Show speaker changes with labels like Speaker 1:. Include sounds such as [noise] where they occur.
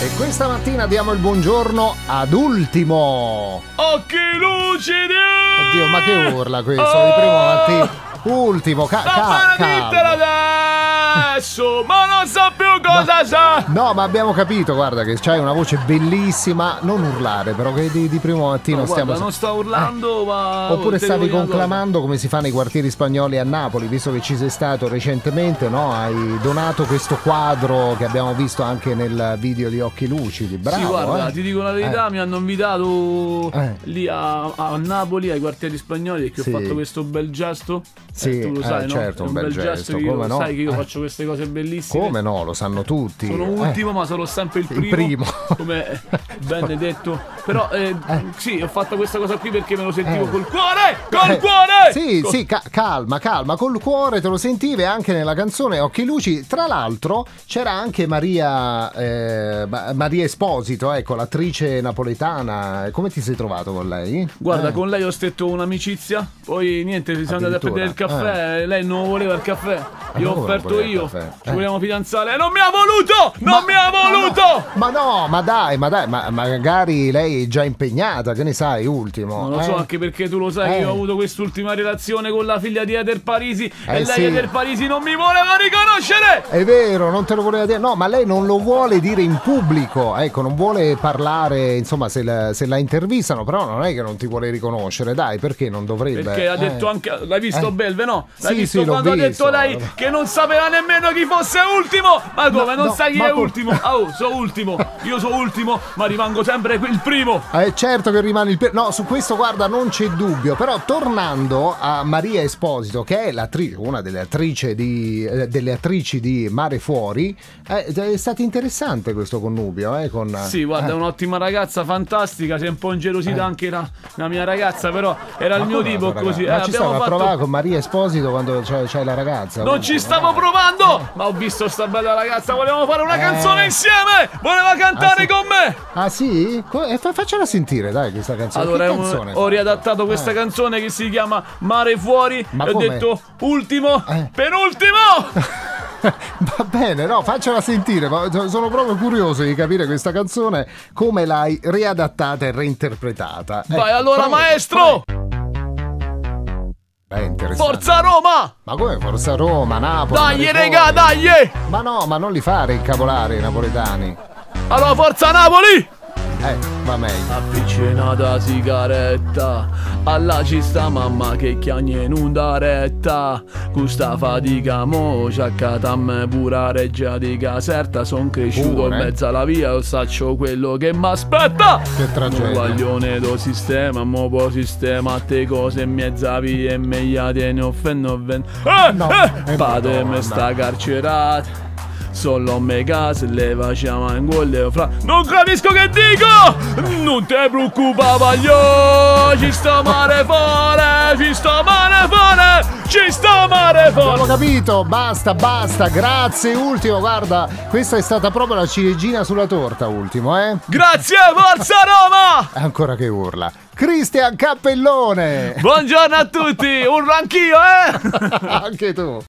Speaker 1: E questa mattina diamo il buongiorno ad Ultimo.
Speaker 2: Occhi lucidi!
Speaker 1: Oddio, ma che urla questo? Di primo mattina. Ultimo, ca-
Speaker 2: La
Speaker 1: ca-
Speaker 2: paraditela
Speaker 1: calmo.
Speaker 2: adesso! Ma non so più cosa sa!
Speaker 1: No, ma abbiamo capito, guarda che c'hai una voce bellissima, non urlare però che di, di primo mattino stiamo... Ah.
Speaker 2: Guarda, non sto urlando, ma.
Speaker 1: Oppure
Speaker 2: te
Speaker 1: stavi
Speaker 2: voglio andare.
Speaker 1: conclamando come si fa nei quartieri spagnoli a Napoli, visto che ci sei stato recentemente, no? Hai donato questo quadro che abbiamo visto anche nel video di Occhi Lucidi, bravo.
Speaker 2: sì, guarda,
Speaker 1: eh.
Speaker 2: ti dico la verità,
Speaker 1: Eh.
Speaker 2: mi hanno invitato
Speaker 1: Eh.
Speaker 2: lì a, a Napoli, ai quartieri spagnoli, perché
Speaker 1: Sì.
Speaker 2: ho fatto questo bel gesto.
Speaker 1: Sì,
Speaker 2: Eh, tu lo
Speaker 1: eh,
Speaker 2: sai,
Speaker 1: certo,
Speaker 2: no? È
Speaker 1: un bel gesto,
Speaker 2: che io-
Speaker 1: come no?
Speaker 2: Sai che io
Speaker 1: Eh.
Speaker 2: faccio queste cose bellissime.
Speaker 1: Come no, lo sanno tutti.
Speaker 2: Sono
Speaker 1: Eh.
Speaker 2: ultimo, ma sono sempre il
Speaker 1: Il
Speaker 2: primo.
Speaker 1: primo.
Speaker 2: [laughs] Come
Speaker 1: [laughs]
Speaker 2: ben detto. Però eh, sì, ho fatto questa cosa qui perché me lo sentivo
Speaker 1: Eh.
Speaker 2: col cuore! Col
Speaker 1: Eh,
Speaker 2: cuore!
Speaker 1: Sì,
Speaker 2: Col-
Speaker 1: sì, ca- calma, calma, col cuore te lo sentivi anche nella canzone Occhi Luci. Tra l'altro c'era anche Maria, eh, Ma- Maria Esposito, ecco, l'attrice napoletana. Come ti sei trovato con lei?
Speaker 2: Guarda,
Speaker 1: Eh,
Speaker 2: con lei ho stretto un'amicizia, poi niente, ci siamo andati a prendere il
Speaker 1: Addirittura, Eh.
Speaker 2: caffè, lei non voleva il caffè,
Speaker 1: Ah, come
Speaker 2: io ho offerto
Speaker 1: non voleva il
Speaker 2: io,
Speaker 1: caffè?
Speaker 2: ci
Speaker 1: Eh.
Speaker 2: volevamo fidanzare, non mi ha voluto! Non mi ha voluto!
Speaker 1: Ma no, ma dai, ma dai, ma magari lei è già impegnata, che ne sai, ultimo.
Speaker 2: Non lo so,
Speaker 1: eh?
Speaker 2: anche perché tu lo sai che
Speaker 1: Eh.
Speaker 2: io ho avuto quest'ultima relazione con la figlia di Eder Parisi
Speaker 1: Eh,
Speaker 2: e lei
Speaker 1: sì.
Speaker 2: Eder Parisi non mi voleva riconoscere!
Speaker 1: È vero, non te lo voleva dire. No, ma lei non lo vuole dire in pubblico. Ecco, non vuole parlare, insomma, se la, se la intervistano, però non è che non ti vuole riconoscere, dai, perché non dovrebbe?
Speaker 2: Perché ha detto
Speaker 1: Eh.
Speaker 2: anche. L'hai visto
Speaker 1: Eh.
Speaker 2: Belve, no? L'hai
Speaker 1: Sì,
Speaker 2: visto
Speaker 1: sì, l'ho
Speaker 2: quando ha
Speaker 1: visto.
Speaker 2: detto lei che non sapeva nemmeno chi fosse ultimo! Ma come
Speaker 1: No,
Speaker 2: non
Speaker 1: no,
Speaker 2: sai chi
Speaker 1: ma
Speaker 2: è
Speaker 1: come-
Speaker 2: ultimo?
Speaker 1: [laughs]
Speaker 2: Ah, Oh, so ultimo! Io so ultimo, ma rimango sempre il primo!
Speaker 1: Eh, certo che rimane il... pe- No, su questo guarda non c'è dubbio, però tornando a Maria Esposito, che è l'attrice, una delle, attrice di, eh, delle attrici di Mare Fuori, eh, è stato interessante questo connubio, eh, con...
Speaker 2: Sì, guarda, è un'ottima ragazza, fantastica. Si è un po' ingelosita anche la, la mia ragazza, però era il
Speaker 1: Ma
Speaker 2: mio
Speaker 1: come
Speaker 2: tipo
Speaker 1: la tua
Speaker 2: così.
Speaker 1: ragazza? Ma
Speaker 2: Eh,
Speaker 1: ci
Speaker 2: abbiamo
Speaker 1: stava a
Speaker 2: fatto-
Speaker 1: provare con Maria Esposito quando c'è, c'è la ragazza?
Speaker 2: Non ci stavo provando! Ma ho visto sta bella ragazza, volevamo fare una
Speaker 1: Eh.
Speaker 2: canzone insieme! Voleva cantare
Speaker 1: sì.
Speaker 2: con me!
Speaker 1: Ah sì? Co- eh, fa- faccela sentire dai questa canzone.
Speaker 2: Allora,
Speaker 1: che
Speaker 2: ho-
Speaker 1: canzone
Speaker 2: ho riadattato questa
Speaker 1: Eh. [laughs]
Speaker 2: canzone che si chiama Mare Fuori
Speaker 1: Ma
Speaker 2: e ho
Speaker 1: come?
Speaker 2: detto ultimo,
Speaker 1: Eh. [laughs]
Speaker 2: penultimo!
Speaker 1: Va bene, no, faccela sentire, ma so- sono proprio curioso di capire questa canzone, come l'hai riadattata e reinterpretata.
Speaker 2: Vai
Speaker 1: Ecco,
Speaker 2: allora
Speaker 1: prego.
Speaker 2: maestro,
Speaker 1: Eh, È interessante.
Speaker 2: forza Roma!
Speaker 1: Ma come Forza Roma, Napoli?
Speaker 2: Dai
Speaker 1: Napoli?
Speaker 2: regà, dai! eh.
Speaker 1: Ma no, ma non li fare incavolare i napoletani.
Speaker 2: Allora forza Napoli!
Speaker 1: Eh, va meglio.
Speaker 2: Avvicinata sigaretta, alla ci sta mamma che chiagne in una retta. Questa fatica mo sciaccata a me pura reggia di caserta. Son cresciuto
Speaker 1: Pure?
Speaker 2: in mezzo alla via e saccio quello che mi aspetta.
Speaker 1: Che tragedia.
Speaker 2: Un guaglione do sistema, mo po sistema te cose in mezza via e meglio te ne offendo ven. Eh,
Speaker 1: No, eh,
Speaker 2: eh, padre
Speaker 1: Madonna.
Speaker 2: me sta carcerata. Solo me gas le facciamo in gol fra Non capisco che dico Non te preoccupava io Ci sta mare fuori Ci sta mare fuori Ci sta mare
Speaker 1: Abbiamo
Speaker 2: fuori
Speaker 1: capito, basta, basta, grazie, ultimo, guarda, questa è stata proprio la ciliegina sulla torta, ultimo, eh?
Speaker 2: Grazie Forza Roma
Speaker 1: Ancora che urla. Cristian Cappellone!
Speaker 2: [laughs] Buongiorno a tutti Urlo anch'io eh
Speaker 1: Anche tu!